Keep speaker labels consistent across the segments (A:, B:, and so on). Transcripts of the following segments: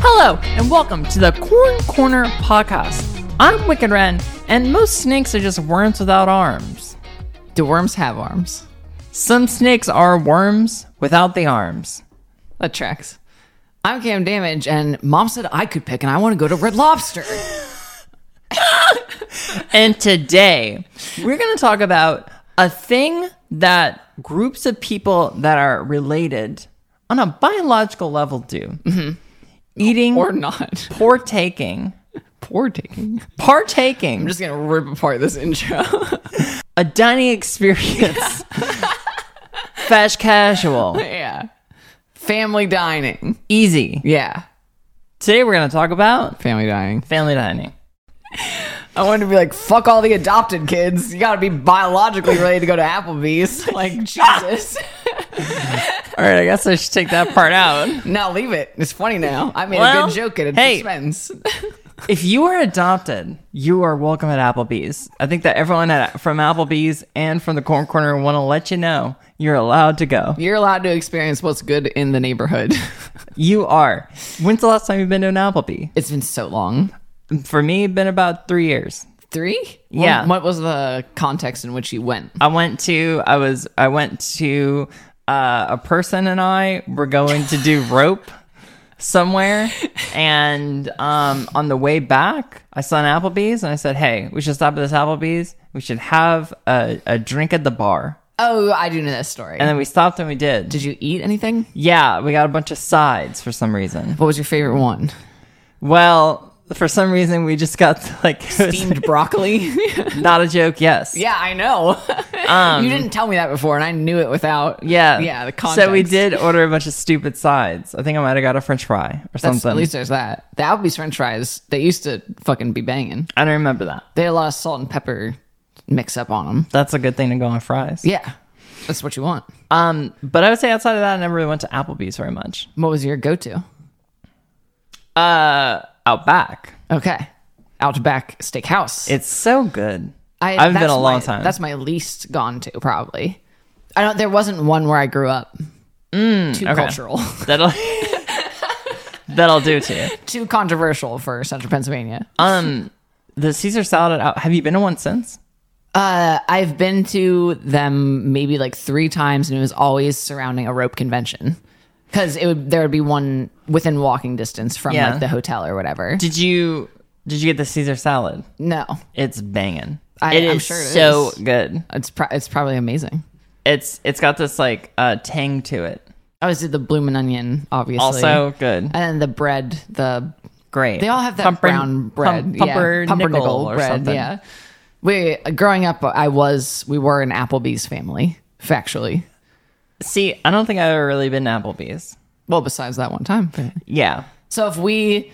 A: Hello, and welcome to the Corn Corner podcast. I'm Wicked Wren, and most snakes are just worms without arms.
B: Do worms have arms?
A: Some snakes are worms without the arms.
B: That tracks. I'm Cam Damage, and mom said I could pick, and I want to go to Red Lobster.
A: And today, we're going to talk about a thing that groups of people that are related on a biological level do eating
B: Mm-hmm. or not.
A: partaking,
B: Poor taking.
A: partaking,
B: I'm just going to rip apart this intro.
A: a dining experience. Fast casual,
B: yeah. Family dining.
A: easy.
B: Yeah.
A: Today we're going to talk about
B: Family dining.
A: family dining.
B: I wanted to be like, fuck all the adopted kids. You got to be biologically related to go to Applebee's. Like, Jesus.
A: All right, I guess I should take that part out.
B: now leave it. It's funny now. I made
A: Well,
B: a good joke at its
A: hey.
B: expense.
A: if you are adopted, you are welcome at Applebee's. I think that everyone at, from Applebee's and from the Corn Corner want to let you know you're allowed to go.
B: You're allowed to experience what's good in the neighborhood.
A: You are. When's the last time you've been to an Applebee?
B: it's been so long.
A: For me, it's been about three years.
B: Three?
A: Yeah.
B: What, what was the context in which you went?
A: I went to. I was. I went to. Uh, a person and I were going to do rope somewhere, and um, on the way back, I saw an Applebee's and I said, "Hey, we should stop at this Applebee's. We should have a, a drink at the bar."
B: Oh, I do know this story.
A: And then we stopped and we did.
B: Did you eat anything?
A: Yeah, we got a bunch of sides for some reason.
B: What was your favorite one?
A: Well, for some reason we just got like it was
B: Steamed broccoli?
A: not a joke. Yes.
B: yeah, I know.
A: Um,
B: you didn't tell me that before, and I knew it without.
A: Yeah.
B: Yeah, the context.
A: So we did order a bunch of stupid sides. I think I might have got a French fry or
B: That's-
A: something.
B: At least there's that. The Applebee's french fries, they used to fucking be banging.
A: I don't remember that.
B: They had a lot of salt and pepper mix up on them.
A: That's a good thing to go on fries.
B: Yeah, that's what you want.
A: Um, but I would say outside of that, I never really went to Applebee's very much.
B: What was your go to?
A: Uh, out back,
B: Okay. Outback Steakhouse.
A: it's so good.
B: I,
A: haven't been
B: that's
A: a long
B: my-
A: time.
B: That's my least gone to, probably. I don't. There wasn't one where I grew up. too
A: Mm, okay.
B: cultural,
A: That'll that'll do to you.
B: too controversial for Central Pennsylvania.
A: Um, the Caesar salad. At, Out- have you been to one since?
B: Uh, I've been to them maybe like three times, and it was always surrounding a rope convention because it would there would be one within walking distance from
A: Yeah.
B: like the hotel or whatever.
A: Did you did you get the Caesar salad?
B: no,
A: It's banging.
B: I-
A: it
B: I'm
A: is
B: sure it
A: so
B: is.
A: good.
B: it's pro- it's probably amazing.
A: It's it's got this like uh, tang to it.
B: I always did the bloomin' onion, obviously.
A: Also good.
B: and then the bread, the
A: Great.
B: They all have that
A: Pumper-
B: brown bread,
A: pum-
B: yeah,
A: pumpernickel or something.
B: Yeah. We growing up, I was we were an Applebee's family, factually.
A: See, I don't think I've ever really been to Applebee's.
B: Well, besides that one time.
A: Yeah.
B: So if we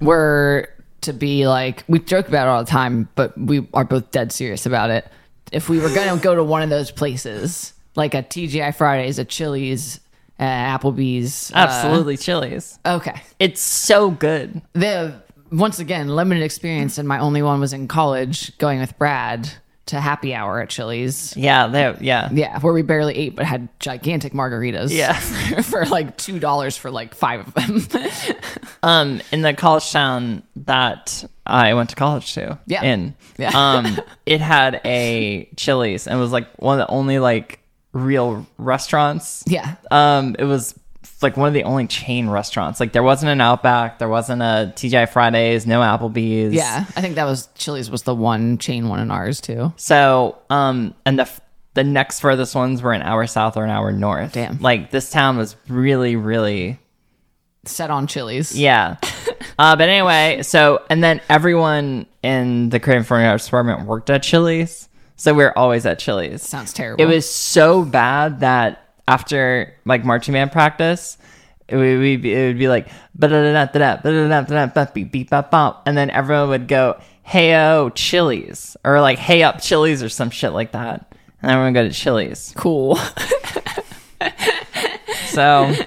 B: were to be like, we joke about it all the time, but we are both dead serious about it. If we were going to go to one of those places, like a TGI Fridays, a Chili's, uh, Applebee's, uh,
A: Absolutely Chili's.
B: okay,
A: It's so good.
B: the once again limited experience and my only one was in college going with brad to happy hour at chili's
A: Yeah, they yeah.
B: yeah where we barely ate but had gigantic margaritas
A: Yeah.
B: for, like two dollars for like five of them
A: Um in the college town that I went to college to.
B: Yeah.
A: In.
B: Yeah.
A: um it had a Chili's and was like one of the only like real restaurants
B: yeah
A: um it was like one of the only chain restaurants like there wasn't an outback there wasn't a tgi fridays no applebee's
B: yeah i think that was chili's was the one chain one in ours too
A: so um and the f- the next furthest ones were an hour south or an hour north
B: Damn.
A: like this town was really really
B: set on chili's
A: yeah uh but anyway so and then everyone in the creative performing arts department worked at chili's so we were always at chili's
B: sounds terrible
A: It was so bad that after like marching band practice, it would, we'd be, it would be like "Ba-da-da-da-da-da, ba-da-da-da-da-da, beep, beep, bop, bop," and then everyone would go hey oh Chili's or like hey up Chili's or some shit like that, and everyone would go to Chili's.
B: cool
A: So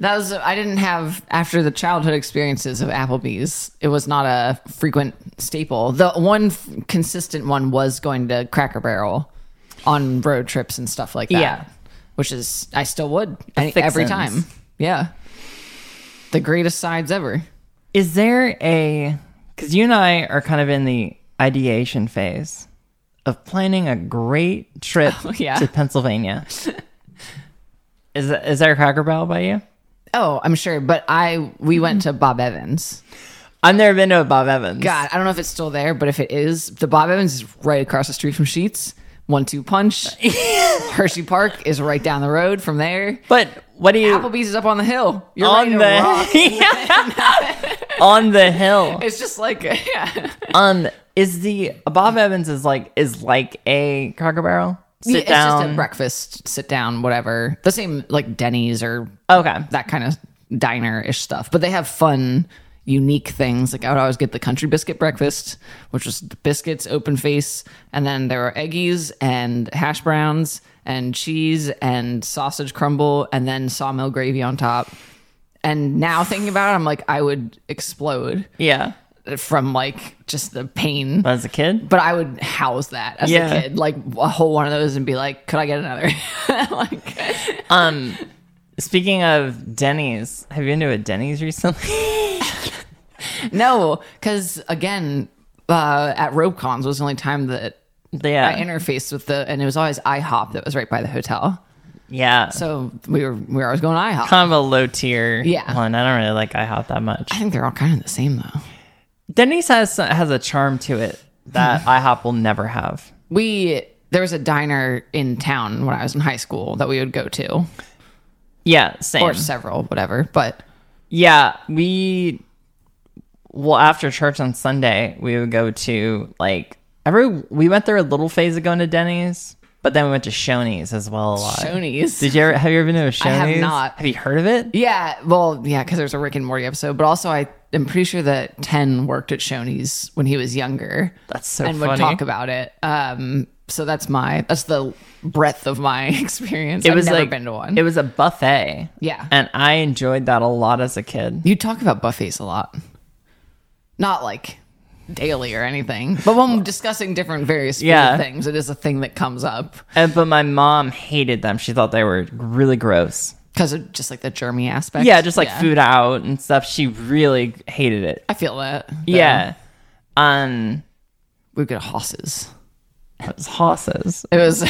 B: That was I didn't have after the childhood experiences of Applebee's. It was not a frequent staple. The one f- consistent one was going to Cracker Barrel on road trips and stuff like that.
A: Yeah.
B: which is I still would any, every
A: fixins.
B: time. Yeah, the greatest sides ever.
A: Is there a because you and I are kind of in the ideation phase of planning a great trip
B: Oh, yeah.
A: to Pennsylvania? is is there a Cracker Barrel by you?
B: Oh, I'm sure. But I we went to Bob Evans.
A: I've never been to a Bob Evans.
B: God, I don't know if it's still there, but if it is, the Bob Evans is right across the street from Sheets. One Two Punch. Hershey Park is right down the road from there.
A: But what do you
B: Applebee's is up on the hill. You're
A: on
B: on the.
A: the on the hill?
B: It's just like yeah.
A: Um, is the Bob Evans is like is like a Cracker Barrel sit
B: it's
A: down?
B: just a breakfast, sit down, whatever. The same like Denny's or
A: okay,
B: that kind of diner ish stuff. But they have fun, unique things. Like I would always get the country biscuit breakfast, which was the biscuits, open face, and then there were eggies and hash browns and cheese and sausage crumble and then sawmill gravy on top. And now thinking about it, I'm like, I would explode
A: yeah.
B: from like just the pain.
A: As a kid,
B: But I would house that as
A: Yeah.
B: a kid, like a whole one of those, and be like, "Could I get another?" like,
A: speaking of Denny's, have you been to a Denny's recently?
B: No, because again, uh, at RopeCons was the only time that
A: yeah,
B: I interfaced with the, and it was always IHOP that was right by the hotel.
A: yeah.
B: So we were we were always going to IHOP.
A: kind of a low tier
B: Yeah.
A: one. I don't really like IHOP that much.
B: I think they're all kind of the same though.
A: Denny's has has a charm to it that IHOP will never have.
B: We there was a diner in town when I was in high school that we would go to,
A: Yeah, same.
B: or several, whatever. But
A: Yeah, we well after church on Sunday we would go to like every we went there a little phase of going to Denny's, but then we went to Shoney's as well a lot.
B: Shoney's.
A: Did you ever have you ever been to a Shoney's?
B: have not.
A: Have you heard of it?
B: Yeah, well, yeah, because there's a Rick and Morty episode, but also I am pretty sure that Ten worked at Shoney's when he was younger.
A: That's so
B: and would
A: funny.
B: talk about it. Um, so that's my that's the breadth of my experience. I've never been to one.
A: It was a buffet.
B: Yeah.
A: And I enjoyed that a lot as a kid.
B: you talk about buffets a lot, not like daily or anything, but when we're discussing different various food
A: Yeah.
B: things, it is a thing that comes up
A: And Uh, but my mom hated them. She thought they were really gross.
B: because of just like the germy aspect.
A: Yeah, just like food out and stuff. She really hated it.
B: I feel that. though.
A: Yeah. Um
B: we go to hosses.
A: it was hosses.
B: It was.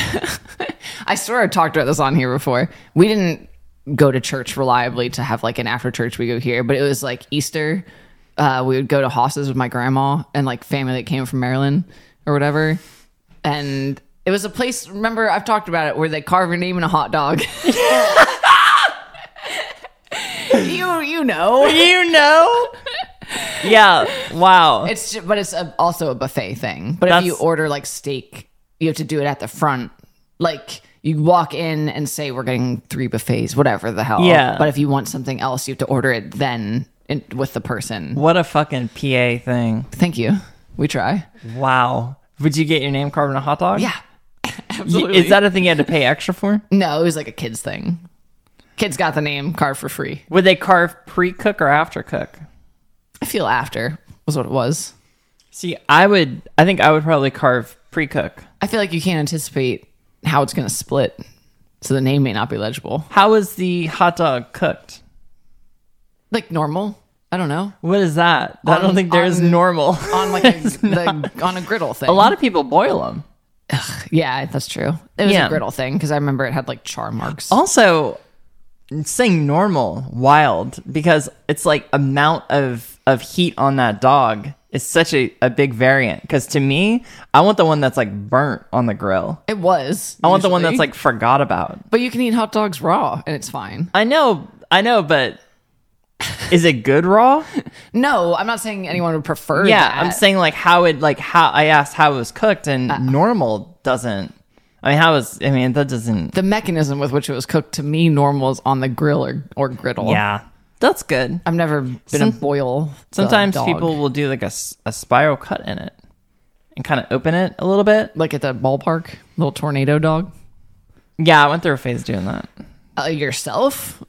B: I swear I talked about this on here before. We didn't go to church reliably to have like an after church we go here, but it was like Easter. Uh, we would go to hosses with my grandma and like family that came from Maryland or whatever, and it was a place. Remember, I've talked about it where they carve your name in a hot dog. you you know
A: you know? yeah. Wow.
B: it's just, but it's a, also a buffet thing. But if
A: That's-
B: you order like steak, you have to do it at the front. Like you walk in and say we're getting three buffets, whatever the hell.
A: Yeah.
B: But if you want something else, you have to order it then in, with the person.
A: what a fucking PA thing.
B: Thank you. We try.
A: Wow. Would you get your name carved in a hot dog?
B: Yeah.
A: Y-
B: Absolutely.
A: Is that a thing you had to pay extra for?
B: no? It was like a kids thing. Kids got the name carved for free.
A: Would they carve pre cook or after cook?
B: I feel after was what it was.
A: See, I would, I think I would probably carve pre cook.
B: I feel like you can't anticipate how it's going to split, so the name may not be legible.
A: How is the hot dog cooked?
B: Like normal. I don't know.
A: What is that? I
B: On-
A: don't think there's
B: on-
A: normal.
B: on like a, the, on a griddle thing.
A: a lot of people boil them.
B: yeah, that's true. It was
A: Yeah. Oh.
B: a griddle thing because I remember it had like char marks.
A: Also, saying normal, wild, because it's like amount of of heat on that dog is such a, a big variant. Because to me, I want the one that's like burnt on the grill.
B: It was.
A: I want the one that's like forgot about.
B: But you can eat hot dogs raw and it's fine.
A: I know, I know, but is it good raw?
B: No, I'm not saying anyone would prefer.
A: yeah,
B: that.
A: I'm saying like how it like how I asked how it was cooked, and normal doesn't. I mean, how is I mean that doesn't.
B: the mechanism with which it was cooked to me normal is on the grill or, or griddle.
A: Yeah, that's good.
B: I've never been a boil. the
A: Sometimes
B: dog.
A: people will do like a, s- a spiral cut in it and kind of open it a little bit.
B: like at the ballpark, little tornado dog.
A: Yeah, I went through a phase doing that.
B: Uh, yourself?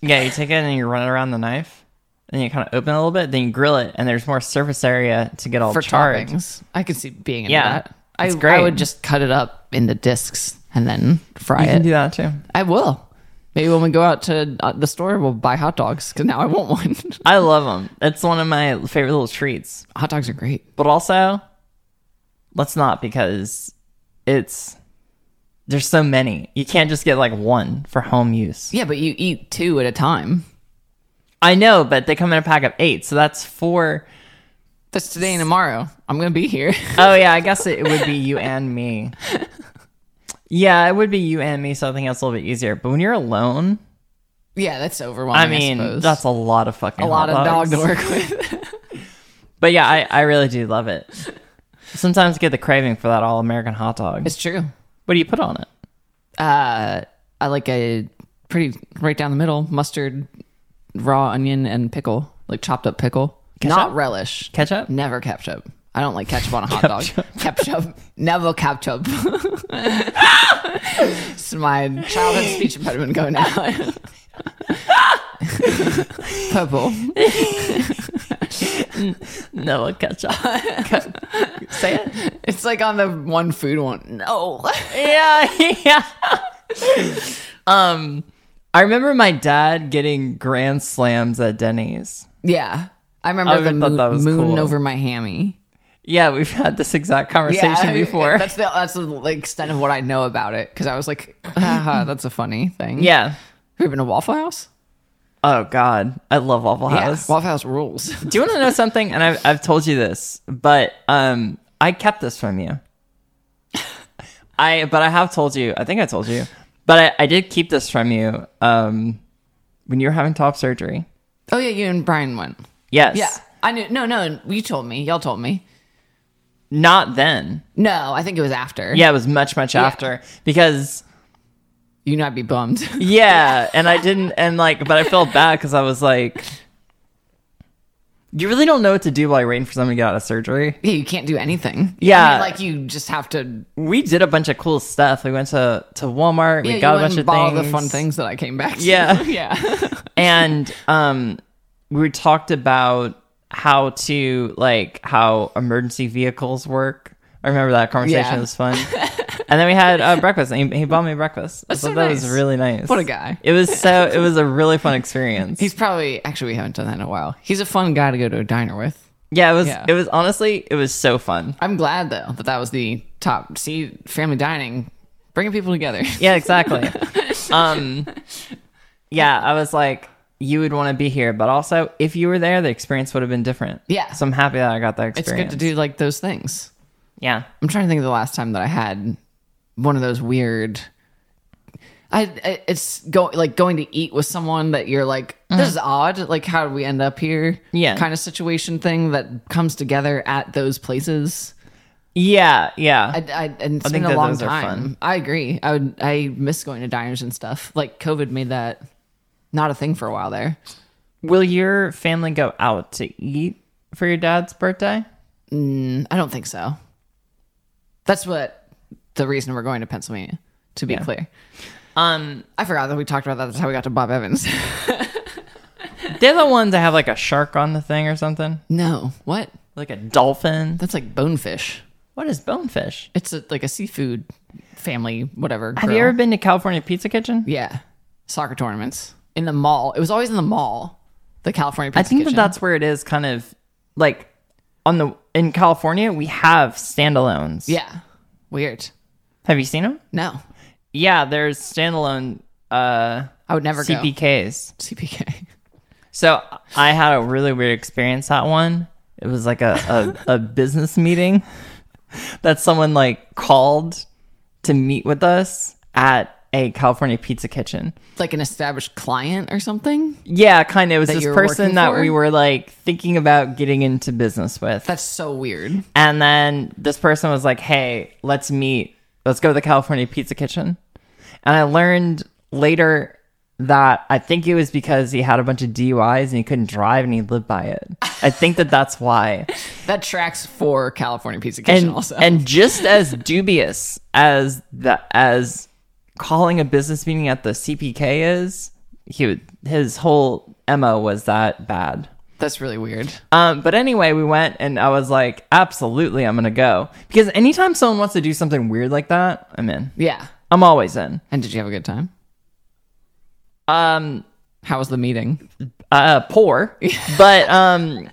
A: Yeah, you take it and you run it around the knife, and you kind of open it a little bit, then you grill it, and there's more surface area to get all
B: for
A: charred.
B: toppings. I could see being into
A: Yeah,
B: that. I,
A: it's great.
B: I would just cut it up into discs and then fry
A: You
B: it.
A: can do that too.
B: I will. Maybe when we go out to uh, the store, we'll buy hot dogs because now I want one.
A: I love them. It's one of my favorite little treats.
B: hot dogs are great.
A: But also, let's not because it's there's so many. You can't just get like one for home use.
B: Yeah, but you eat two at a time.
A: I know, but they come in a pack of eight, so that's four.
B: That's today and tomorrow. I'm gonna be here.
A: Oh yeah, I guess it would be you and me. Yeah, it would be you and me, so I think that's a little bit easier. But when you're alone,
B: yeah, that's overwhelming.
A: I mean,
B: suppose.
A: that's a lot of fucking
B: a lot of
A: hot dogs.
B: dog to work with.
A: But yeah, I, I really do love it. Sometimes I get the craving for that all American hot dog.
B: it's true. Uh,
A: What do you put on it?
B: I like a pretty right down the middle mustard, raw onion, and pickle, like chopped up pickle. Not relish.
A: Ketchup?
B: Never ketchup. I don't like ketchup on a hot dog. Ketchup. Never ketchup. it's my childhood speech impediment going out. Purple.
A: No ketchup. Say it.
B: It's like on the one food one. No.
A: Yeah, yeah. um, I remember my dad getting grand slams at Denny's.
B: Yeah. I
A: I
B: remember the
A: would've thought
B: moon,
A: that was
B: moon
A: cool.
B: over my hammy.
A: Yeah, we've had this exact conversation before.
B: That's the that's the like, extent of what I know about it because I was like, Haha, that's a funny thing.
A: yeah.
B: we've been to Waffle House.
A: Oh God, I love Waffle House.
B: Waffle House rules.
A: Do you want to know something? And I've I've told you this, but um, I kept this from you. I but I have told you. I think I told you, but I, I did keep this from you. Um, when you were having top surgery.
B: oh yeah, you and Brian went.
A: Yes.
B: Yeah, I knew. No, no, you told me. Y'all told me.
A: Not then.
B: No, I think it was after.
A: Yeah, it was much much after because
B: you know I'd be bummed.
A: yeah, and I didn't and like, but I felt bad because I was like, you really don't know what to do while you're waiting for someone to get out of surgery.
B: yeah, you can't do anything.
A: Yeah.
B: I mean, like you just have to.
A: We did a bunch of cool stuff. We went to to Walmart.
B: Yeah,
A: we got
B: you
A: a
B: went
A: bunch
B: and
A: of
B: bought all
A: things.
B: the fun things that I came back. to.
A: Yeah.
B: yeah.
A: and um we talked about how to like how emergency vehicles work i remember that conversation
B: Yeah.
A: It was fun and then we had uh, breakfast and he, he bought me breakfast
B: That's
A: so,
B: so
A: that was
B: nice.
A: really nice
B: What a guy.
A: it was so it was a really fun experience
B: He's probably actually we haven't done that in a while. He's a fun guy to go to a diner with.
A: yeah it was
B: yeah.
A: it was honestly it was so fun
B: I'm glad though that that was the top. See, family dining, bringing people together.
A: yeah exactly um yeah i was like you would want to be here but also if you were there the experience would have been different
B: Yeah.
A: so i'm happy that i got that
B: It's
A: experience
B: good to do like those things.
A: yeah
B: I'm trying to think of the last time that I had one of those weird. I, I it's go like going to eat with someone that you're like this is odd like how did we end up here
A: Mm. Yeah.
B: kind of situation thing that comes together at those places
A: yeah yeah
B: I, I and it's
A: think
B: been a
A: that
B: long
A: those are
B: time
A: fun.
B: I agree I would I miss going to diners and stuff like COVID made that not a thing for a while there
A: Will your family go out to eat for your dad's birthday?
B: I don't think so. That's what the reason we're going to Pennsylvania, to be clear.
A: Um,
B: I forgot that we talked about that. That's how we got to Bob Evans.
A: they're the ones that have like a shark on the thing or something,
B: no, what?
A: like a dolphin.
B: That's like bonefish.
A: What is bonefish?
B: It's a, like a seafood family, whatever.
A: Have you
B: grill.
A: ever been to California Pizza Kitchen?
B: Yeah, soccer tournaments in the mall. It was always in the mall. The California Pizza
A: I think that
B: Kitchen.
A: that's where it is. Kind of like on the in California we have standalones.
B: yeah. Weird.
A: Have you seen them?
B: No,
A: Yeah, there's standalone uh,
B: I would never go
A: CPKs.
B: CPK.
A: So I had a really weird experience that one. It was like a, a, a business meeting that someone like called to meet with us at a California pizza kitchen.
B: Like an established client or something.
A: Yeah, kind of. It was
B: you
A: this
B: were
A: person
B: working
A: that
B: for?
A: we were like thinking about getting into business with.
B: That's so weird.
A: And then this person was like, hey, let's meet. Let's go to the California Pizza Kitchen. And I learned later that I think it was because he had a bunch of DUIs and he couldn't drive and he lived by it. I think that that's why.
B: That tracks for California Pizza Kitchen
A: And,
B: also.
A: and just as dubious as the as calling a business meeting at the CPK is, he would, his whole MO was that bad.
B: That's really weird.
A: Um, but anyway, we went and I was like, absolutely, I'm going to go. Because anytime someone wants to do something weird like that, I'm in.
B: Yeah.
A: I'm always in.
B: And did you have a good time?
A: Um,
B: How was the meeting?
A: uh, poor, but um,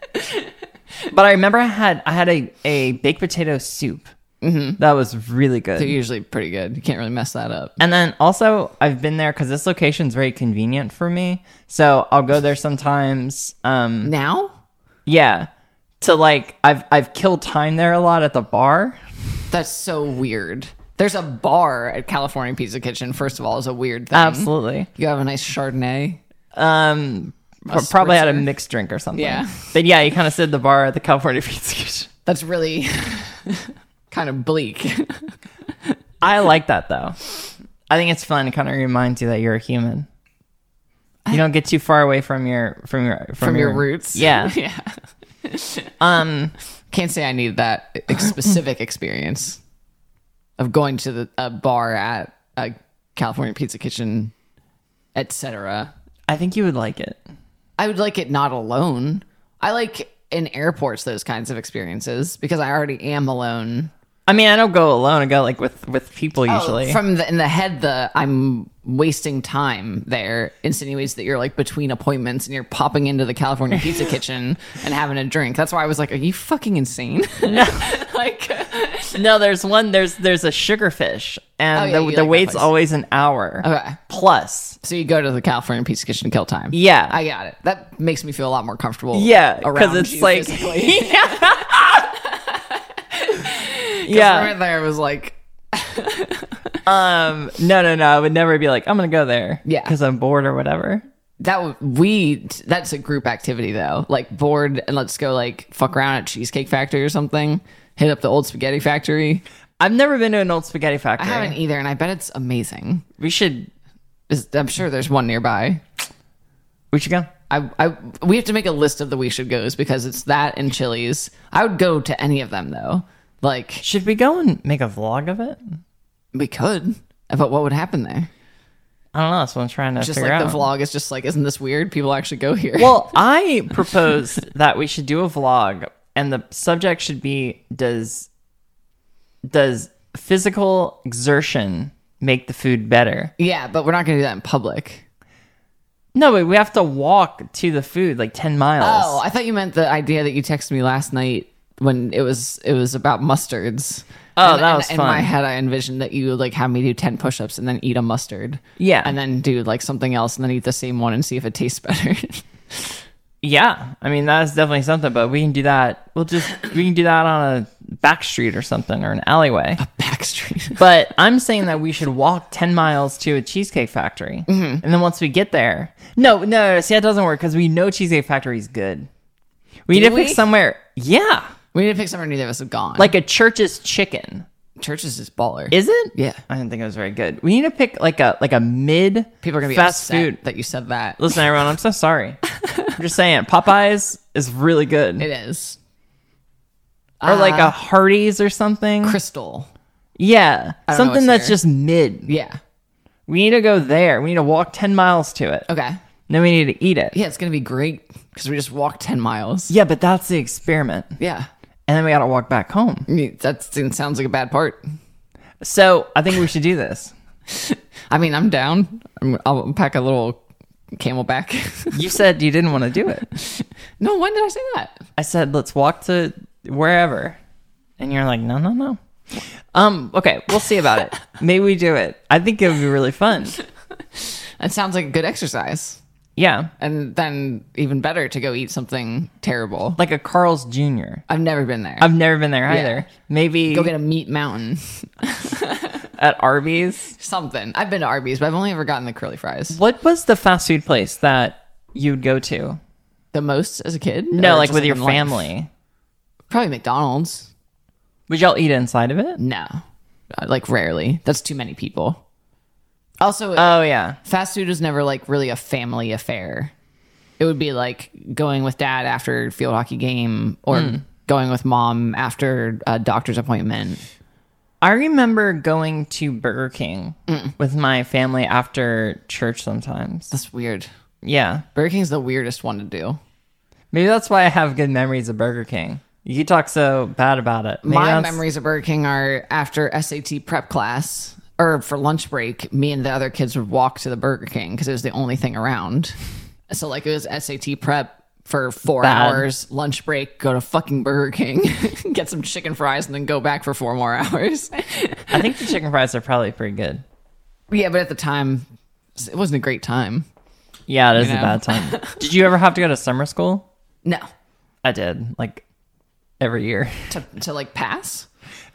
A: but I remember I had I had a a baked potato soup that was really good.
B: They're usually pretty good. You can't really mess that up.
A: And then also, I've been there because this location's very convenient for me. So I'll go there sometimes. Um,
B: Now?
A: yeah, to like I've I've killed time there a lot at the bar.
B: That's so weird. There's a bar at California Pizza Kitchen, first of all, is a weird thing.
A: Absolutely.
B: you have a nice Chardonnay.
A: Um, pro- probably had a
B: spritzer?
A: mixed drink or something.
B: Yeah.
A: But yeah, you kind of sit at the bar at the California Pizza Kitchen.
B: That's really kind of bleak.
A: I like that though. I think it's fun. It kind of reminds you that you're a human. You don't get too far away from your from your from,
B: from your roots.
A: Yeah.
B: yeah. Can't say I need that ex- specific experience of going to the, a bar at a California Pizza Kitchen, etc.
A: I think you would like it.
B: I would like it not alone. I like in airports those kinds of experiences because I already am alone.
A: I mean, I don't go alone. I go like with with people
B: Oh.
A: usually.
B: From the, in the head, the I'm wasting time there insinuates that you're like between appointments and you're popping into the California Pizza Kitchen and having a drink. That's why I was like, "Are you fucking insane?" like,
A: No, there's one. There's there's a sugarfish, and
B: Oh, yeah,
A: the, the
B: you like that
A: wait's
B: place.
A: always an hour
B: Okay.
A: plus.
B: so you go to the California Pizza Kitchen to kill time.
A: Yeah,
B: I got it. That makes me feel a lot more comfortable.
A: yeah, because
B: around
A: it's
B: you
A: like
B: physically.
A: yeah.
B: Right there, I was like,
A: Um, no, no, no. I would never be like I'm gonna go there.
B: Yeah.
A: because I'm bored or whatever.
B: that would- we that's a group activity though like bored and let's go like fuck around at cheesecake factory or something hit up the old spaghetti factory
A: I've never been to an old spaghetti factory.
B: i haven't either and i bet it's amazing
A: We should
B: Is- i'm sure there's one nearby
A: we should go.
B: I, I we have to make a list of the we should goes because it's that and chili's i would go to any of them though like
A: Should we go and make a vlog of it?
B: we could but what would happen there
A: I don't know. That's what I'm trying to
B: just
A: figure
B: like
A: out.
B: the vlog is just like isn't this weird people actually go here
A: Well, I proposed that we should do a vlog, and the subject should be does does physical exertion make the food better?
B: yeah but we're not gonna do that in public
A: No, but we have to walk to the food like ten miles.
B: Oh, I thought you meant the idea that you texted me last night when it was it was about mustards.
A: Oh,
B: And-
A: that
B: and-
A: was
B: in
A: fun.
B: my head. I envisioned that you would like have me do ten push-ups and then eat a mustard.
A: Yeah.
B: and then do like something else and then eat the same one and see if it tastes better.
A: Yeah, I mean that's definitely something. But we can do that. We'll just we can do that on a back street or something or an alleyway.
B: Backstreet.
A: But I'm saying that we should walk 10 miles to a cheesecake factory.
B: Mm-hmm.
A: And then once we get there, no, no, no, see, that doesn't work because we know Cheesecake Factory is good. We need
B: Do
A: to pick
B: we?
A: somewhere, yeah,
B: We need to pick somewhere neither of us have gone.
A: like a church's chicken.
B: churches is baller.
A: Is it?
B: Yeah.
A: I didn't think it was very good. We need to pick like a like a mid
B: People are gonna be
A: fast
B: upset
A: food.
B: that you said that.
A: Listen, everyone, I'm so sorry. I'm just saying, Popeyes is really good,
B: It is
A: or like a Hardee's or something.
B: crystal.
A: Yeah,
B: don't know
A: something
B: what's
A: that's
B: here.
A: just mid.
B: Yeah.
A: We need to go there. We need to walk 10 miles to it.
B: Okay.
A: Then we need to eat it.
B: Yeah, it's gonna be great because we just walked ten miles.
A: Yeah, but that's the experiment.
B: Yeah.
A: And then we got to walk back home.
B: I mean, That sounds like a bad part.
A: So I think we should do this.
B: I mean, I'm down. I'm, I'll pack a little camelback.
A: You said you didn't want to do it.
B: no, when did I say that?
A: I said, let's walk to wherever. And you're like, no, no, no. Um, okay, we'll see about it. Maybe we do it. I think it would be really fun.
B: It sounds like a good exercise.
A: Yeah.
B: And then even better to go eat something terrible.
A: Like a Carl's Jr.
B: I've never been there.
A: I've never been there either. Maybe
B: go get a meat mountain,
A: at Arby's.
B: something. I've been to Arby's, but I've only ever gotten the curly fries.
A: What was the fast food place that you'd go to?
B: The most as a kid?
A: No,
B: Or
A: like
B: just,
A: with your
B: in life?
A: family.
B: Probably McDonald's.
A: Would y'all eat inside of it?
B: No, Uh, like rarely. That's too many people. Also,
A: Oh, yeah.
B: fast food was never like really a family affair. It would be like going with dad after field hockey game or
A: Hmm.
B: going with mom after a doctor's appointment.
A: I remember going to Burger King
B: Mm.
A: with my family after church sometimes.
B: That's weird.
A: Yeah.
B: Burger King's the weirdest one to do.
A: Maybe that's why I have good memories of Burger King. You talk so bad about it. Maybe
B: My
A: that's-
B: memories of Burger King are after SAT prep class or for lunch break, me and the other kids would walk to the Burger King because it was the only thing around. So like it was SAT prep for four
A: Bad.
B: hours, lunch break, go to fucking Burger King, get some chicken fries, and then go back for four more hours.
A: I think the chicken fries are probably pretty good.
B: yeah, but at the time, it wasn't a great time.
A: Yeah, it is
B: You
A: a
B: know?
A: bad time. did you ever have to go to summer school?
B: No,
A: I did, like every year.
B: to to like pass.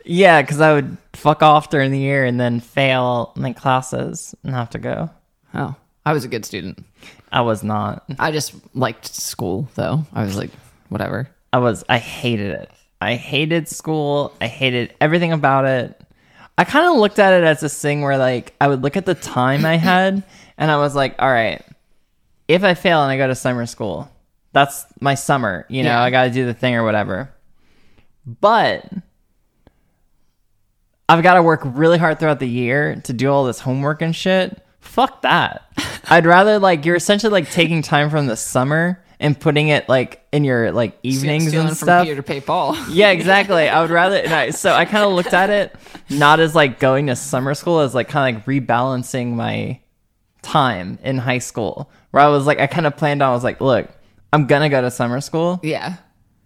A: Yeah, because I would fuck off during the year and then fail my classes and have to go.
B: Oh, I was a good student.
A: I was not.
B: I just liked school though. I was like, whatever.
A: I was. I hated it. I hated school. I hated everything about it. I kind of looked at it as this thing where, like, I would look at the time I had and I was like, all right, if I fail and I go to summer school, that's my summer. You know,
B: Yeah.
A: I got to do the thing or whatever. But I've got to work really hard throughout the year to do all this homework and shit. Fuck that. I'd rather like you're essentially like taking time from the summer and putting it like in your like evenings
B: Stealing
A: and
B: from
A: stuff.
B: Peter to pay Paul.
A: Yeah, exactly. I would rather. And I, so I kind of looked at it not as like going to summer school, as like kind of like rebalancing my time in high school, where I was like, I kind of planned on. I was like, look, I'm gonna go to summer school.
B: yeah,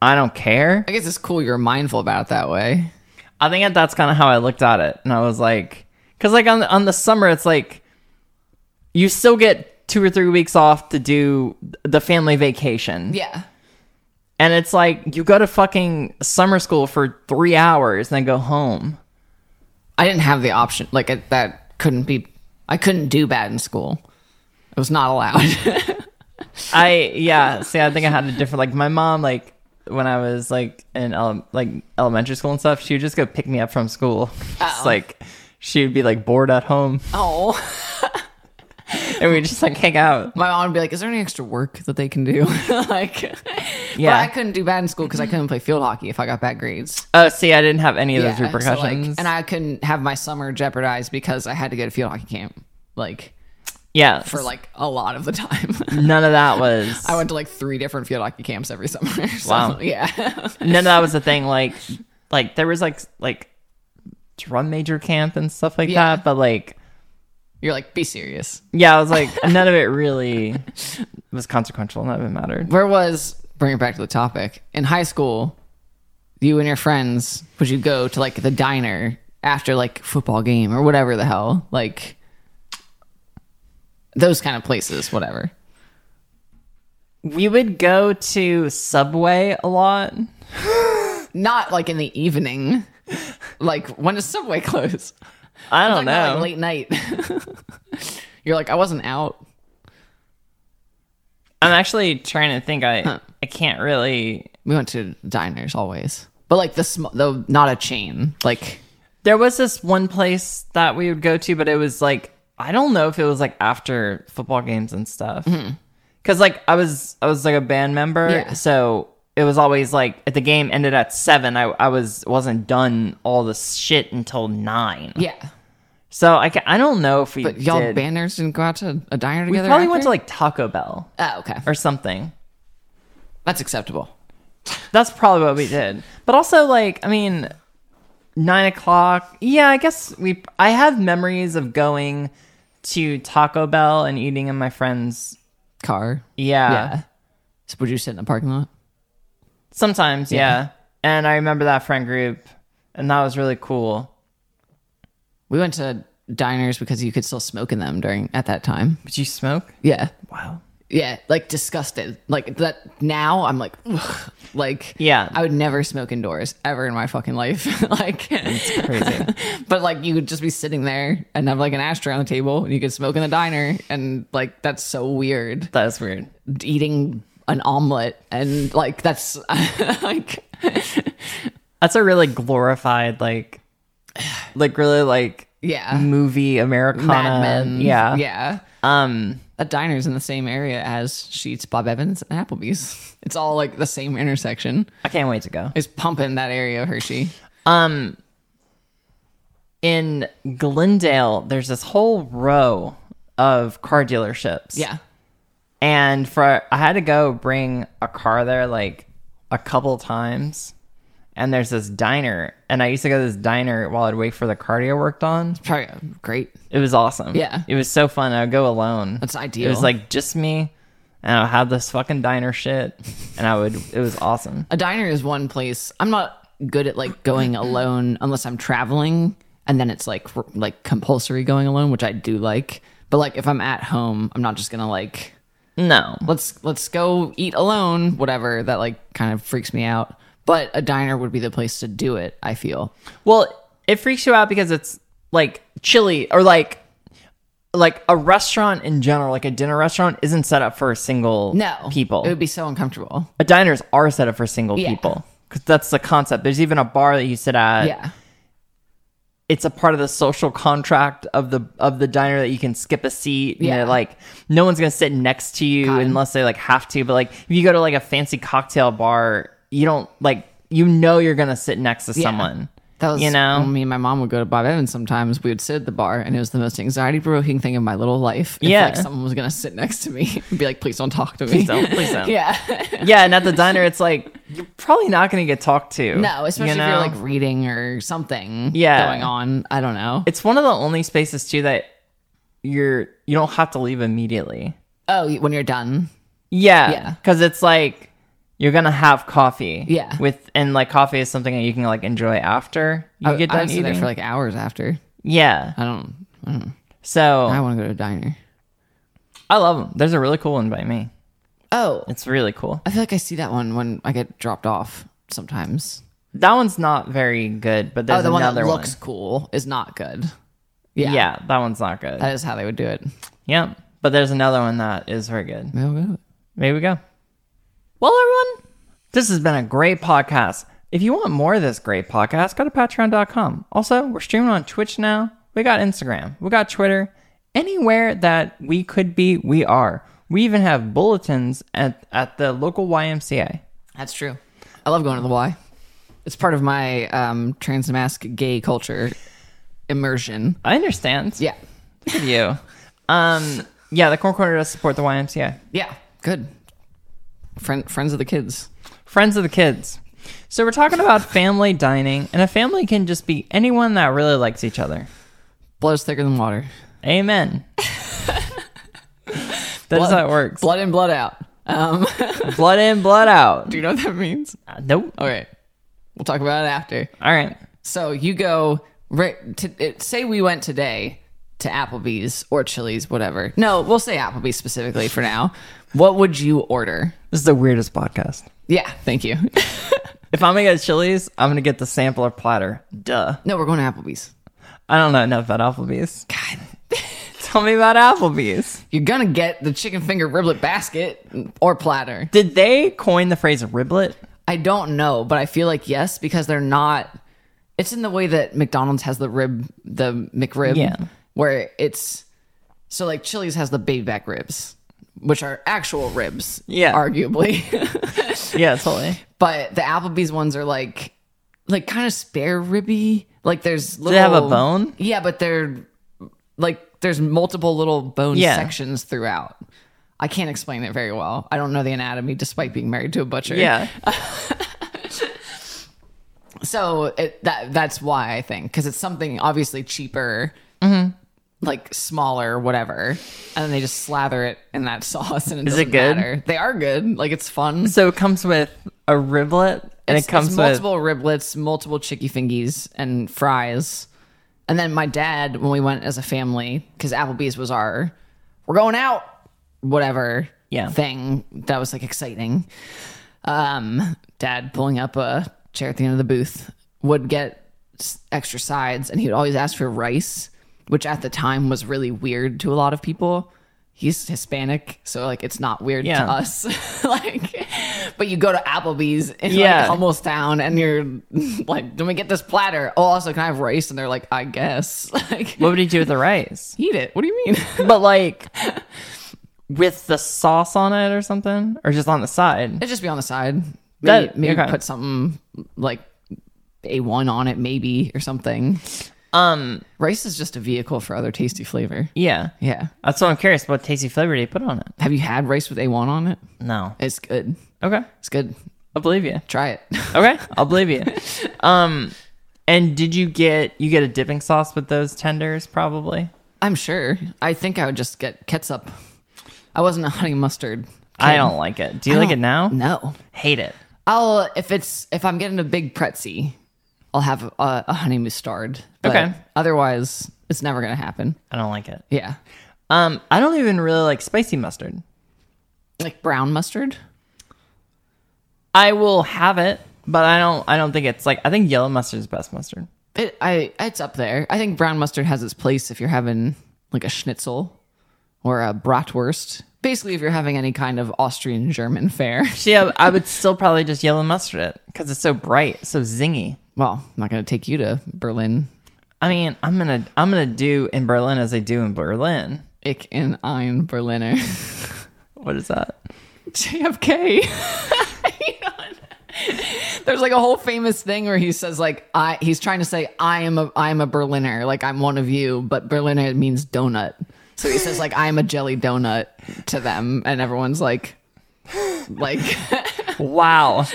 A: I don't care.
B: I guess it's cool you're mindful about it that way.
A: I think that that's kind of how I looked at it, and I was like, because like on on the summer, it's like you still get two or three weeks off to do the family vacation.
B: Yeah.
A: And it's like you go to fucking summer school for three hours and then go home.
B: I didn't have the option. Like I, that couldn't be. I couldn't do bad in school. It was not allowed.
A: I yeah. See, I think I had a different like my mom like when I was like in ele- like elementary school and stuff. She would just go pick me up from school. Just
B: Oh.
A: like she would be like bored at home,
B: oh,
A: and we just like hang out.
B: my mom would be like, "Is there any extra work that they can do?" like,
A: Yeah.
B: But I couldn't do bad in school because I couldn't play field hockey if I got bad grades.
A: Oh, see, I didn't have any of those
B: Yeah, so, like,
A: repercussions.
B: and I couldn't have my summer jeopardized because I had to go to field hockey camp. Like
A: yeah,
B: for like a lot of the time.
A: none of that was.
B: I went to like three different field hockey camps every summer. So,
A: Wow.
B: Yeah.
A: none of that was a thing. Like, like there was like like drum major camp and stuff like
B: Yeah.
A: that. But like,
B: You're like, be serious.
A: yeah, I was like, none of it really was consequential. None of it mattered.
B: Where was bring it back to the topic? In high school, you and your friends would you go to like the diner after like football game or whatever the hell, like those kind of places, whatever.
A: We would go to Subway a lot.
B: Not like in the evening. Like when does Subway close?
A: I don't know.
B: Like late night. You're like, I wasn't out.
A: I'm actually trying to think. I I can't really.
B: We went to diners always, but like the sm- the not a chain. Like
A: There was this one place that we would go to, but it was like I don't know if it was like after football games and stuff. Cause like I was I was like a band member,
B: Mm-hmm. Yeah.
A: so it was always like if the game ended at seven, I I was wasn't done all the shit until nine.
B: yeah,
A: So I ca- I don't know if we
B: but y'all
A: did.
B: banners didn't go out to a diner
A: we
B: together.
A: probably went to
B: after?
A: like Taco Bell
B: oh okay,
A: or something.
B: that's acceptable.
A: That's probably what we did. But also, like, I mean, nine o'clock. Yeah, I guess we. I have memories of going to Taco Bell and eating in my friend's.
B: Car,
A: Yeah,
B: yeah. So would you sit in the parking lot?
A: sometimes. Yeah. and I remember that friend group, and that was really cool.
B: We went to diners because you could still smoke in them during at that time.
A: Did you smoke?
B: Yeah,
A: Wow.
B: yeah, like disgusted. Like that now, I'm like, ugh. like
A: Yeah.
B: I would never smoke indoors ever in my fucking life. like
A: Crazy.
B: But like you would just be sitting there and have like an ashtray on the table and you could smoke in the diner and like that's so weird.
A: that is weird.
B: Eating an omelet and like that's like
A: That's a really glorified, like, like really like
B: yeah.
A: movie Americana.
B: Mad Men.
A: Yeah.
B: Yeah.
A: Um.
B: A diner's in the same area as Sheets, Bob Evans, and Applebee's. It's all like the same intersection.
A: I can't wait to go.
B: It's pumping that area, Hershey.
A: in Glendale, there's this whole row of car dealerships.
B: Yeah.
A: And for I had to go bring a car there like a couple times. and there's this diner, and I used to go to this diner while I'd wait for the cardio worked on.
B: Probably uh, great.
A: It was awesome.
B: Yeah.
A: It was so fun. I would go alone.
B: That's
A: It
B: ideal.
A: was like just me, and I would have this fucking diner shit, and I would. It was awesome.
B: A diner is one place. I'm not good at like going alone unless I'm traveling, and then it's like r- like compulsory going alone, which I do like. But like if I'm at home, I'm not just gonna like
A: No,
B: let's let's go eat alone, whatever. That like kind of freaks me out. But a diner would be the place to do it. I feel
A: Well, it freaks you out because it's like chilly or like like a restaurant in general, like a dinner restaurant isn't set up for a single
B: no
A: people.
B: It would be so uncomfortable.
A: but diners are set up for single
B: Yeah.
A: people. Cuz that's the concept. There's even a bar that you sit at.
B: yeah,
A: It's a part of the social contract of the of the diner that you can skip a seat. Yeah.
B: Yeah.
A: like no one's going to sit next to you unless they like have to, but like if you go to like a fancy cocktail bar, you don't like you know you're going to sit next to someone.
B: that was
A: You know?
B: when me and my mom would go to Bob Evans. Sometimes we would sit at the bar, and it was the most anxiety provoking thing of my little life. If,
A: Yeah.
B: like, someone was gonna sit next to me and be like, "Please don't talk to me."
A: Please don't, please don't.
B: yeah.
A: yeah, and at the diner, it's like you're probably not going to get talked to.
B: No, especially
A: you know?
B: if you're like reading or something
A: Yeah.
B: going on. I don't know.
A: it's one of the only spaces too that you're you don't have to leave immediately.
B: oh, when you're done.
A: Yeah,
B: Yeah.
A: because it's like you're gonna have coffee.
B: Yeah.
A: with and like coffee is something that you can like enjoy after you
B: I,
A: get
B: Oh, I
A: done
B: would sit there
A: eating.
B: for like hours after.
A: yeah,
B: I don't.
A: so
B: I
A: I,
B: want to go to a diner.
A: love them. There's a really cool one by me.
B: Oh,
A: It's really cool.
B: I feel like I see that one when I get dropped off sometimes.
A: That one's not very good, but there's
B: Oh, the one that
A: another one.
B: looks cool is not good. Yeah, Uh,
A: yeah. that one's not good.
B: that is how they would do it.
A: yeah, but there's another one that is very good.
B: Maybe I'll go to it.
A: There we go. Well, everyone, this has been a great podcast. If you want more of this great podcast, go to patreon.com. Also, we're streaming on Twitch now. We got Instagram, we got Twitter. Anywhere that we could be, we are. We even have bulletins at, at the local YMCA.
B: That's true. I love going to the Y. It's part of my um, trans mask gay culture immersion.
A: I understand.
B: Yeah,
A: Look at you. Um, yeah, the Corn Corner does support the YMCA.
B: yeah, good. Friend, friends of the kids.
A: Friends of the kids. So we're talking about family dining, and a family can just be anyone that really likes each other.
B: Blood's thicker than water.
A: Amen. That's how it works.
B: Blood in, blood out. Um,
A: Blood in, blood out.
B: do you know what that means?
A: Uh, nope.
B: All right. We'll talk about it after.
A: All right.
B: So you go, right, to, it, say we went today to Applebee's or Chili's, whatever. No, we'll say Applebee's specifically for now. What would you order?
A: This is the weirdest podcast.
B: Yeah, thank you.
A: If I'm gonna get Chili's, I'm gonna get the sampler platter. Duh.
B: no, we're going to Applebee's.
A: I don't know enough about Applebee's. God. Tell me about Applebee's.
B: You're going to get the chicken finger riblet basket or platter.
A: Did they coin the phrase riblet?
B: I don't know, but I feel like yes, because they're not. It's in the way that McDonald's has the rib, the McRib,
A: Yeah.
B: where it's so like Chili's has the baby back ribs, which are actual ribs,
A: Yeah.
B: arguably.
A: Yeah, totally.
B: but the Applebee's ones are like, like kind of spare ribby. Like there's little,
A: have a bone?
B: Yeah, but they're like there's multiple little bone
A: Yeah.
B: sections throughout. I can't explain it very well. I don't know the anatomy, despite being married to a butcher.
A: Yeah.
B: So it, that that's why I think because it's something obviously cheaper,
A: Mm-hmm.
B: like smaller, whatever, and then they just slather it in that sauce. And it
A: Is it
B: doesn't
A: good?
B: matter. They are good. Like it's fun.
A: So it comes with a riblet and
B: It's-
A: it comes
B: it's
A: with
B: multiple riblets, multiple chicky fingies, and fries. And then my dad, when we went as a family, because Applebee's was our we're going out, whatever
A: Yeah.
B: thing that was like exciting. Um, dad pulling up a chair at the end of the booth would get s- extra sides, and he would always ask for rice, which at the time was really weird to a lot of people. He's Hispanic, so like it's not weird
A: Yeah.
B: to us. like, but you go to Applebee's and
A: Yeah.
B: like Hummelstown and you're like, "Let me get this platter." Oh, also, can I have rice? And they're like, "I guess." Like,
A: what would you do with the rice?
B: eat it. What do you mean?
A: But like with the sauce on it or something? Or just on the side.
B: It'd just be on the side. Maybe,
A: That-
B: maybe
A: okay.
B: put something like a one on it, maybe or something.
A: Um
B: Rice is just a vehicle for other tasty flavor.
A: yeah.
B: Yeah.
A: That's what I'm curious. What tasty flavor do you put on it?
B: Have you had rice with a one on it?
A: No.
B: It's good.
A: Okay.
B: It's good.
A: I believe you.
B: Try it.
A: Okay, I'll believe you. Um, and did you get you get a dipping sauce with those tenders? Probably.
B: I'm sure. I think I would just get ketchup. I wasn't a honey mustard.
A: I don't like it. Do you
B: I
A: like it
B: don't-
A: now?
B: No.
A: Hate it.
B: I'll if it's if I'm getting a big pretzi, I'll have a, a honey mustard. But
A: Okay.
B: Otherwise, it's never gonna happen.
A: I don't like it.
B: Yeah.
A: Um, I don't even really like spicy mustard.
B: Like brown mustard.
A: I will have it, but I don't. I don't think it's like. I think yellow mustard is best mustard.
B: It I it's up there. I think brown mustard has its place if you're having like a schnitzel or a bratwurst. Basically, if you're having any kind of Austrian German fare.
A: See, I, I would still probably just yellow mustard it because it's so bright, so zingy.
B: Well, I'm not gonna take you to Berlin.
A: I mean, I'm gonna I'm gonna do in Berlin as I do in Berlin.
B: Ich in ein Berliner.
A: What is that?
B: JFK. There's like a whole famous thing where he says like I he's trying to say I am a I am a Berliner, like I'm one of you, but Berliner means donut. So he says like I am a jelly donut to them and everyone's like like
A: Wow,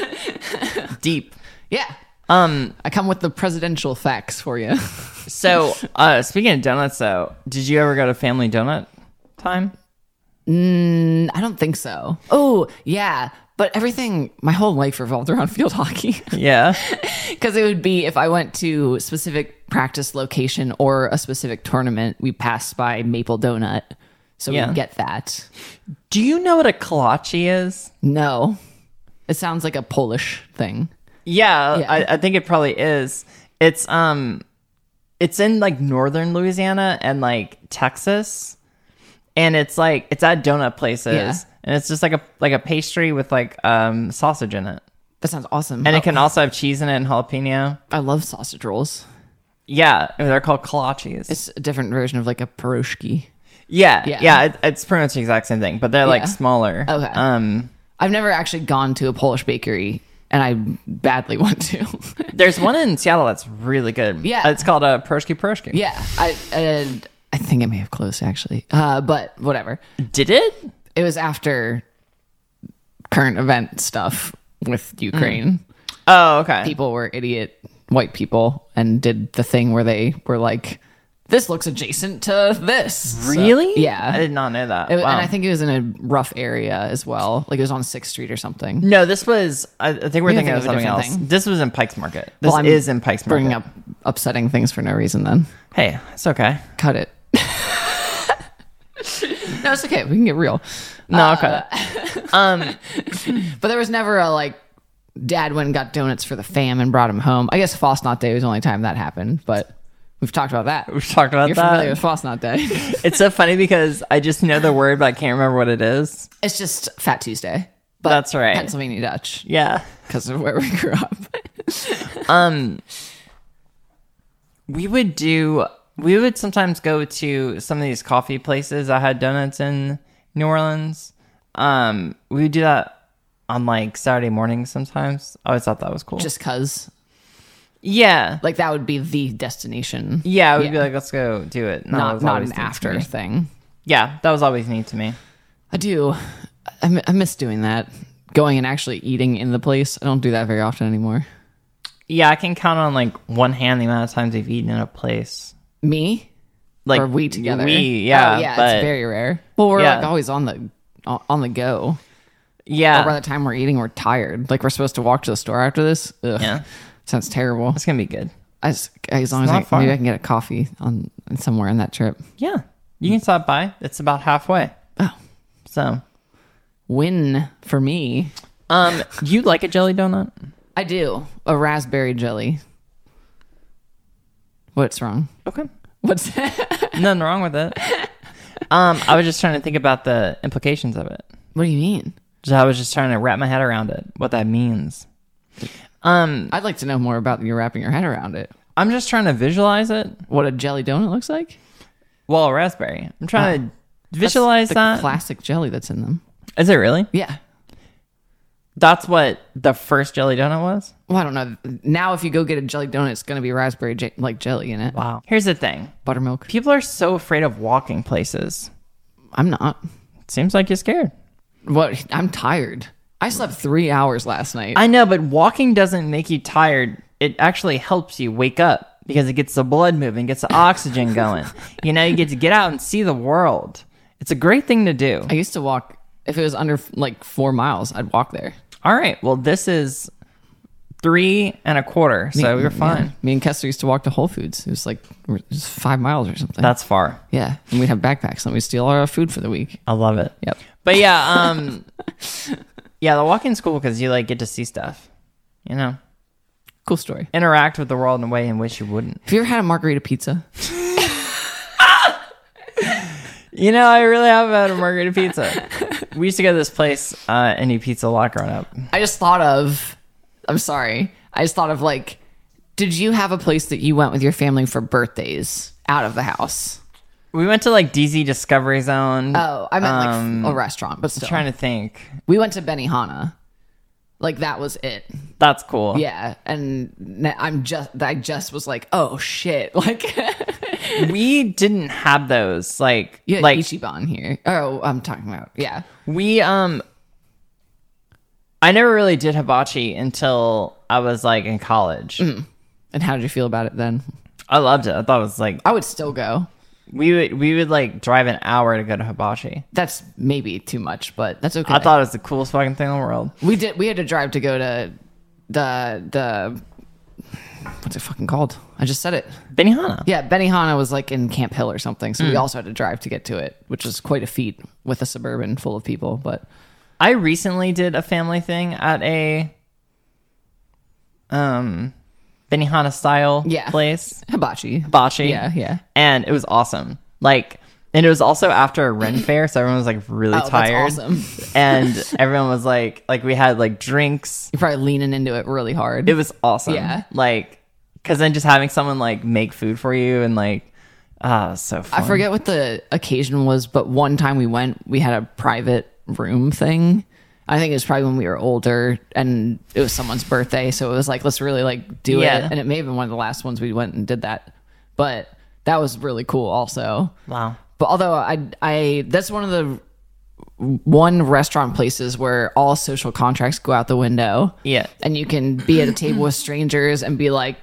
A: deep.
B: yeah.
A: Um.
B: I come with the presidential facts for you.
A: So, uh, speaking of donuts, though, did you ever go to Family Donut Time?
B: Mm, I don't think so. Oh, yeah. But everything my whole life revolved around field hockey.
A: Yeah.
B: Because it would be if I went to specific practice location or a specific tournament, we passed by Maple Donut, so
A: Yeah.
B: we get that.
A: Do you know what a kolache is?
B: No, it sounds like a Polish thing.
A: Yeah,
B: Yeah.
A: I, I think it probably is. It's um, it's in like northern Louisiana and like Texas, and it's like it's at donut places,
B: Yeah.
A: and it's just like a like a pastry with like um sausage in it,
B: That sounds awesome.
A: and
B: Oh,
A: it can also have cheese in it and jalapeno.
B: I love sausage rolls.
A: Yeah, they're called kolaches.
B: It's a different version of like a pierogi.
A: yeah, yeah,
B: yeah.
A: it, it's pretty much the exact same thing, but they're like
B: Yeah.
A: smaller.
B: Okay.
A: Um,
B: I've never actually gone to a Polish bakery, and I badly want to.
A: There's one in Seattle that's really good. Uh,
B: Yeah.
A: It's called a Pershki Pershki.
B: yeah, I and I think it may have closed actually, uh, but whatever.
A: Did it?
B: it was after current event stuff with
A: Mm.
B: Ukraine.
A: Oh, okay.
B: People were idiot white people and did the thing where they were like, "This looks adjacent to this." So-
A: Really? I
B: yeah.
A: did not know that.
B: It-
A: wow.
B: And I think it was in a rough area as well. Like it was on Sixth Street or something.
A: no, this was. I I think we're
B: You're
A: thinking of
B: thinking of a
A: something
B: different
A: else.
B: thing.
A: This was in Pike's Market. This
B: Well, I'm
A: is in Pike's Market.
B: Bringing up upsetting things for no reason. Then
A: Hey, it's okay.
B: cut it. no, it's okay. We can get real.
A: No,
B: Uh,
A: okay. um,
B: But there was never a like dad went and got donuts for the fam and brought him home. I guess Fosnot Day was the only time that happened, but we've talked about that.
A: we've talked about
B: You're familiar
A: that.
B: with Fosnot Day.
A: It's so funny because I just know the word, but I can't remember what it is.
B: it's just Fat Tuesday, but
A: That's right.
B: Pennsylvania Dutch
A: yeah.
B: because of where we grew up.
A: We would do. We would sometimes go to some of these coffee places. I had donuts in New Orleans. Um, we would do that on like Saturday mornings sometimes. I always thought that was cool.
B: just cuz
A: yeah,
B: like that would be the destination.
A: yeah. We'd be
B: Yeah.
A: like, let's go do it. And that
B: Not
A: was
B: not
A: always
B: an
A: neat to
B: after
A: me.
B: thing.
A: Yeah, that was always neat to me.
B: I do. I, mi- I miss doing that. Going and actually eating in the place. I don't do that very often anymore.
A: Yeah, I can count on like one hand the amount of times we've eaten in a place.
B: Me?
A: Like
B: or we together.
A: We, yeah,
B: Oh, yeah,
A: but
B: it's very rare. Well, we're
A: Yeah.
B: like always on the on the go.
A: yeah,
B: By the time we're eating, we're tired. Like we're supposed to walk to the store after this. Ugh,
A: Yeah.
B: sounds terrible.
A: it's gonna be good.
B: I just, as long as
A: not
B: I,
A: fun.
B: maybe I can get a coffee on somewhere on that trip.
A: Yeah, you can stop by. It's about halfway.
B: Oh.
A: so
B: Win for me.
A: um, do you like a jelly donut?
B: I do a raspberry jelly. What's wrong?
A: Okay.
B: What's
A: Nothing wrong with it. Um, I was just trying to think about the implications of it.
B: what do you mean?
A: So I was just trying to wrap my head around it, what that means. Um,
B: I'd like to know more about you wrapping your head around it.
A: I'm just trying to visualize it.
B: What a jelly donut looks like?
A: Well, raspberry. I'm trying to
B: That's
A: visualize
B: the
A: that. Is
B: classic jelly that's in them.
A: it really?
B: Yeah.
A: That's what the first jelly donut was.
B: Well, I don't know. Now, if you go get a jelly donut, it's going to be raspberry j- like jelly in it,
A: Wow. Here's the thing:
B: buttermilk.
A: people are so afraid of walking places.
B: I'm not.
A: It seems like you're scared.
B: What? I'm tired. I slept three hours last night.
A: I know, but walking doesn't make you tired. It actually helps you wake up because it gets the blood moving, gets the oxygen going. you know, you get to get out and see the world. It's a great thing to do.
B: I used to walk if it was under like four miles, I'd walk there.
A: All right. Well, this is three and a quarter, so you're fine.
B: Yeah. Me and Kester used to walk to Whole Foods. It was like it was five miles or something.
A: That's far.
B: yeah, and we'd have backpacks and we'd steal all our uh, food for the week.
A: I love it.
B: Yep.
A: But yeah, um, yeah, the walking's cool because you like get to see stuff, you know,
B: Cool story.
A: interact with the world in a way in which you wouldn't.
B: Have you ever had a margarita pizza?
A: You know, I really have had a margarita pizza. we used to go to this place uh, and eat pizza a lot growing up.
B: I just thought of. I'm sorry. I just thought of like, did you have a place that you went with your family for birthdays out of the house?
A: We went to like DZ Discovery Zone.
B: Oh, I meant like f- a restaurant, but still,
A: trying to think.
B: we went to Benihana. Like that was it.
A: That's cool.
B: Yeah, and n- I'm just I just was like, oh shit, like
A: We didn't have those. Like,
B: Yeah,
A: like
B: Ichiban here. Oh, I'm talking about yeah.
A: we um. I never really did hibachi until I was like in college.
B: Mm. And how did you feel about it then?
A: I loved it. I thought it was like
B: I would still go.
A: we would we would like drive an hour to go to hibachi.
B: That's maybe too much, but that's okay.
A: I thought it was the coolest fucking thing in the world.
B: we did. We had to drive to go to the the what's it fucking called? I just said it.
A: Benihana.
B: Yeah, Benihana was like in Camp Hill or something, so
A: Hmm.
B: we also had to drive to get to it, which was quite a feat with a suburban full of people. But
A: I recently did a family thing at a um Benihana style
B: Yeah.
A: place.
B: hibachi,
A: Hibachi.
B: Yeah, yeah.
A: And it was awesome. Like and it was also after a Ren fair, so everyone was like really
B: Oh, that's
A: tired.
B: awesome.
A: and everyone was like like we had like drinks.
B: You're probably leaning into it really hard.
A: It was awesome.
B: Yeah.
A: Like cause then just having someone like make food for you and like ah it was so fun.
B: I forget what the occasion was, but one time we went, we had a private room thing. I think it was probably when we were older and it was someone's birthday, so it was like let's really like do
A: Yeah.
B: it. And it may have been one of the last ones we went and did that. But that was really cool also.
A: Wow.
B: But although I I that's one of the one restaurant places where all social contracts go out the window.
A: Yeah.
B: And you can be at a table with strangers and be like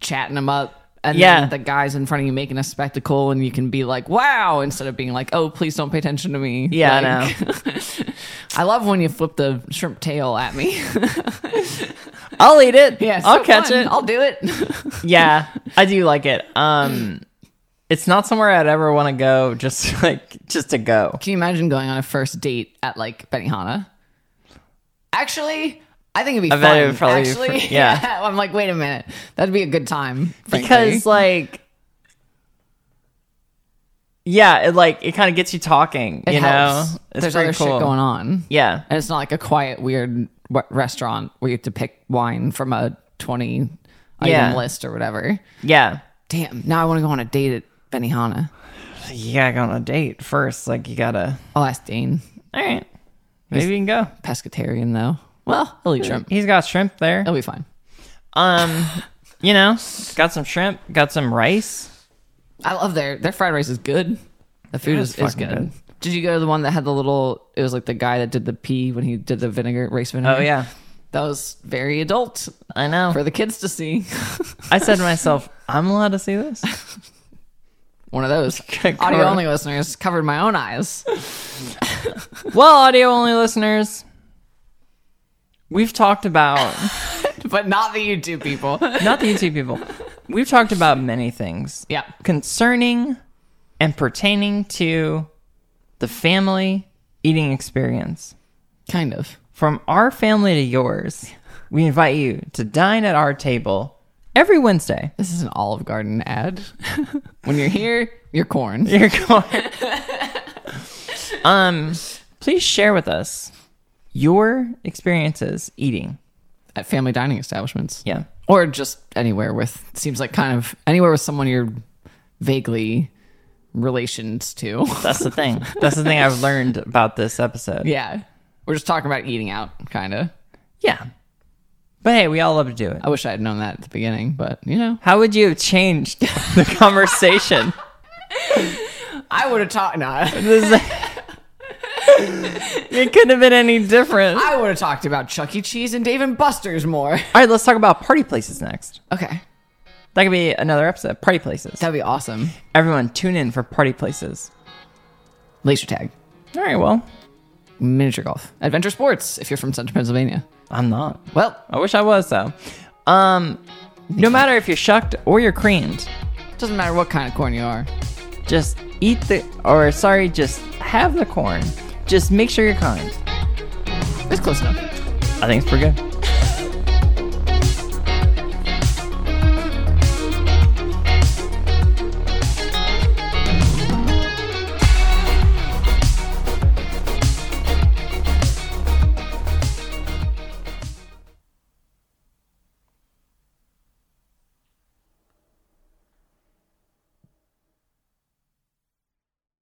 B: chatting them up. And
A: Yeah.
B: then the guy's in front of you making a spectacle and you can be like, wow, instead of being like, oh, please don't pay attention to me.
A: Yeah,
B: Like,
A: I know.
B: I love when you flip the shrimp tail at me.
A: I'll eat it.
B: yeah.
A: I'll
B: so
A: catch
B: fun.
A: it.
B: I'll do it.
A: yeah, I do like it. Um, it's not somewhere I'd ever want to go. Just like just to go.
B: Can you imagine going on a first date at like Benihana? Actually, I think it'd be
A: bet
B: fun.
A: it would probably be
B: actually,
A: fr- yeah.
B: I'm like, wait a minute, that'd be a good time. frankly.
A: because like yeah it like it kind of gets you talking
B: It
A: you
B: helps.
A: know it's
B: there's
A: pretty
B: other
A: cool.
B: shit going on.
A: yeah
B: And it's not like a quiet, weird w- restaurant where you have to pick wine from a 20
A: Yeah.
B: item list or whatever.
A: yeah
B: Damn, now I want to go on a date at Benihana.
A: you gotta go on a date first like you gotta
B: I'll ask Dane,
A: all right maybe you can go
B: pescatarian though. Well, he'll eat shrimp.
A: he's got shrimp there
B: He'll be fine.
A: um you know got some shrimp got some rice
B: I love their their fried rice is good. The food is,
A: it's
B: is good.
A: fucking
B: Did you go to the one that had the little? It was like the guy that did the pea when he did the vinegar rice vinegar.
A: oh yeah
B: that was very adult
A: i know
B: for the kids to see.
A: i said to myself i'm allowed to see this
B: one of those
A: Good
B: audio
A: God.
B: only listeners covered my own eyes.
A: Well, audio only listeners, we've talked about
B: but not the YouTube people.
A: not the YouTube people. We've talked about many things
B: yeah.
A: concerning and pertaining to the family eating experience.
B: Kind of.
A: From our family to yours, we invite you to dine at our table every Wednesday.
B: This is an Olive Garden ad. when you're here, you're corn.
A: You're going. um, please share with us your experiences eating.
B: At family dining establishments.
A: Yeah.
B: Or just anywhere with seems like kind of anywhere with someone you're vaguely relations to.
A: That's the thing. That's the thing I've learned about this episode.
B: Yeah. We're just talking about eating out, kind of.
A: Yeah. But hey, we all love to do it.
B: I wish I had known that at the beginning, but you know,
A: How would you have changed the conversation?
B: I would have taught. No,
A: This is- It couldn't have been any different. All
B: I would have talked about Chuck E. Cheese and Dave and Buster's more.
A: right, let's talk about party places next.
B: Okay.
A: That could be another episode. Party places.
B: That'd be awesome.
A: Everyone, tune in for party places.
B: Laser tag,
A: All right, well,
B: miniature golf, adventure sports, if you're from central Pennsylvania.
A: I'm not.
B: Well,
A: I wish I was though. Um, no matter if you're shucked or you're creamed,
B: doesn't matter what kind of corn you are.
A: just eat the or sorry, just have the corn. Just make sure you're kind.
B: It's close enough.
A: I think it's pretty good.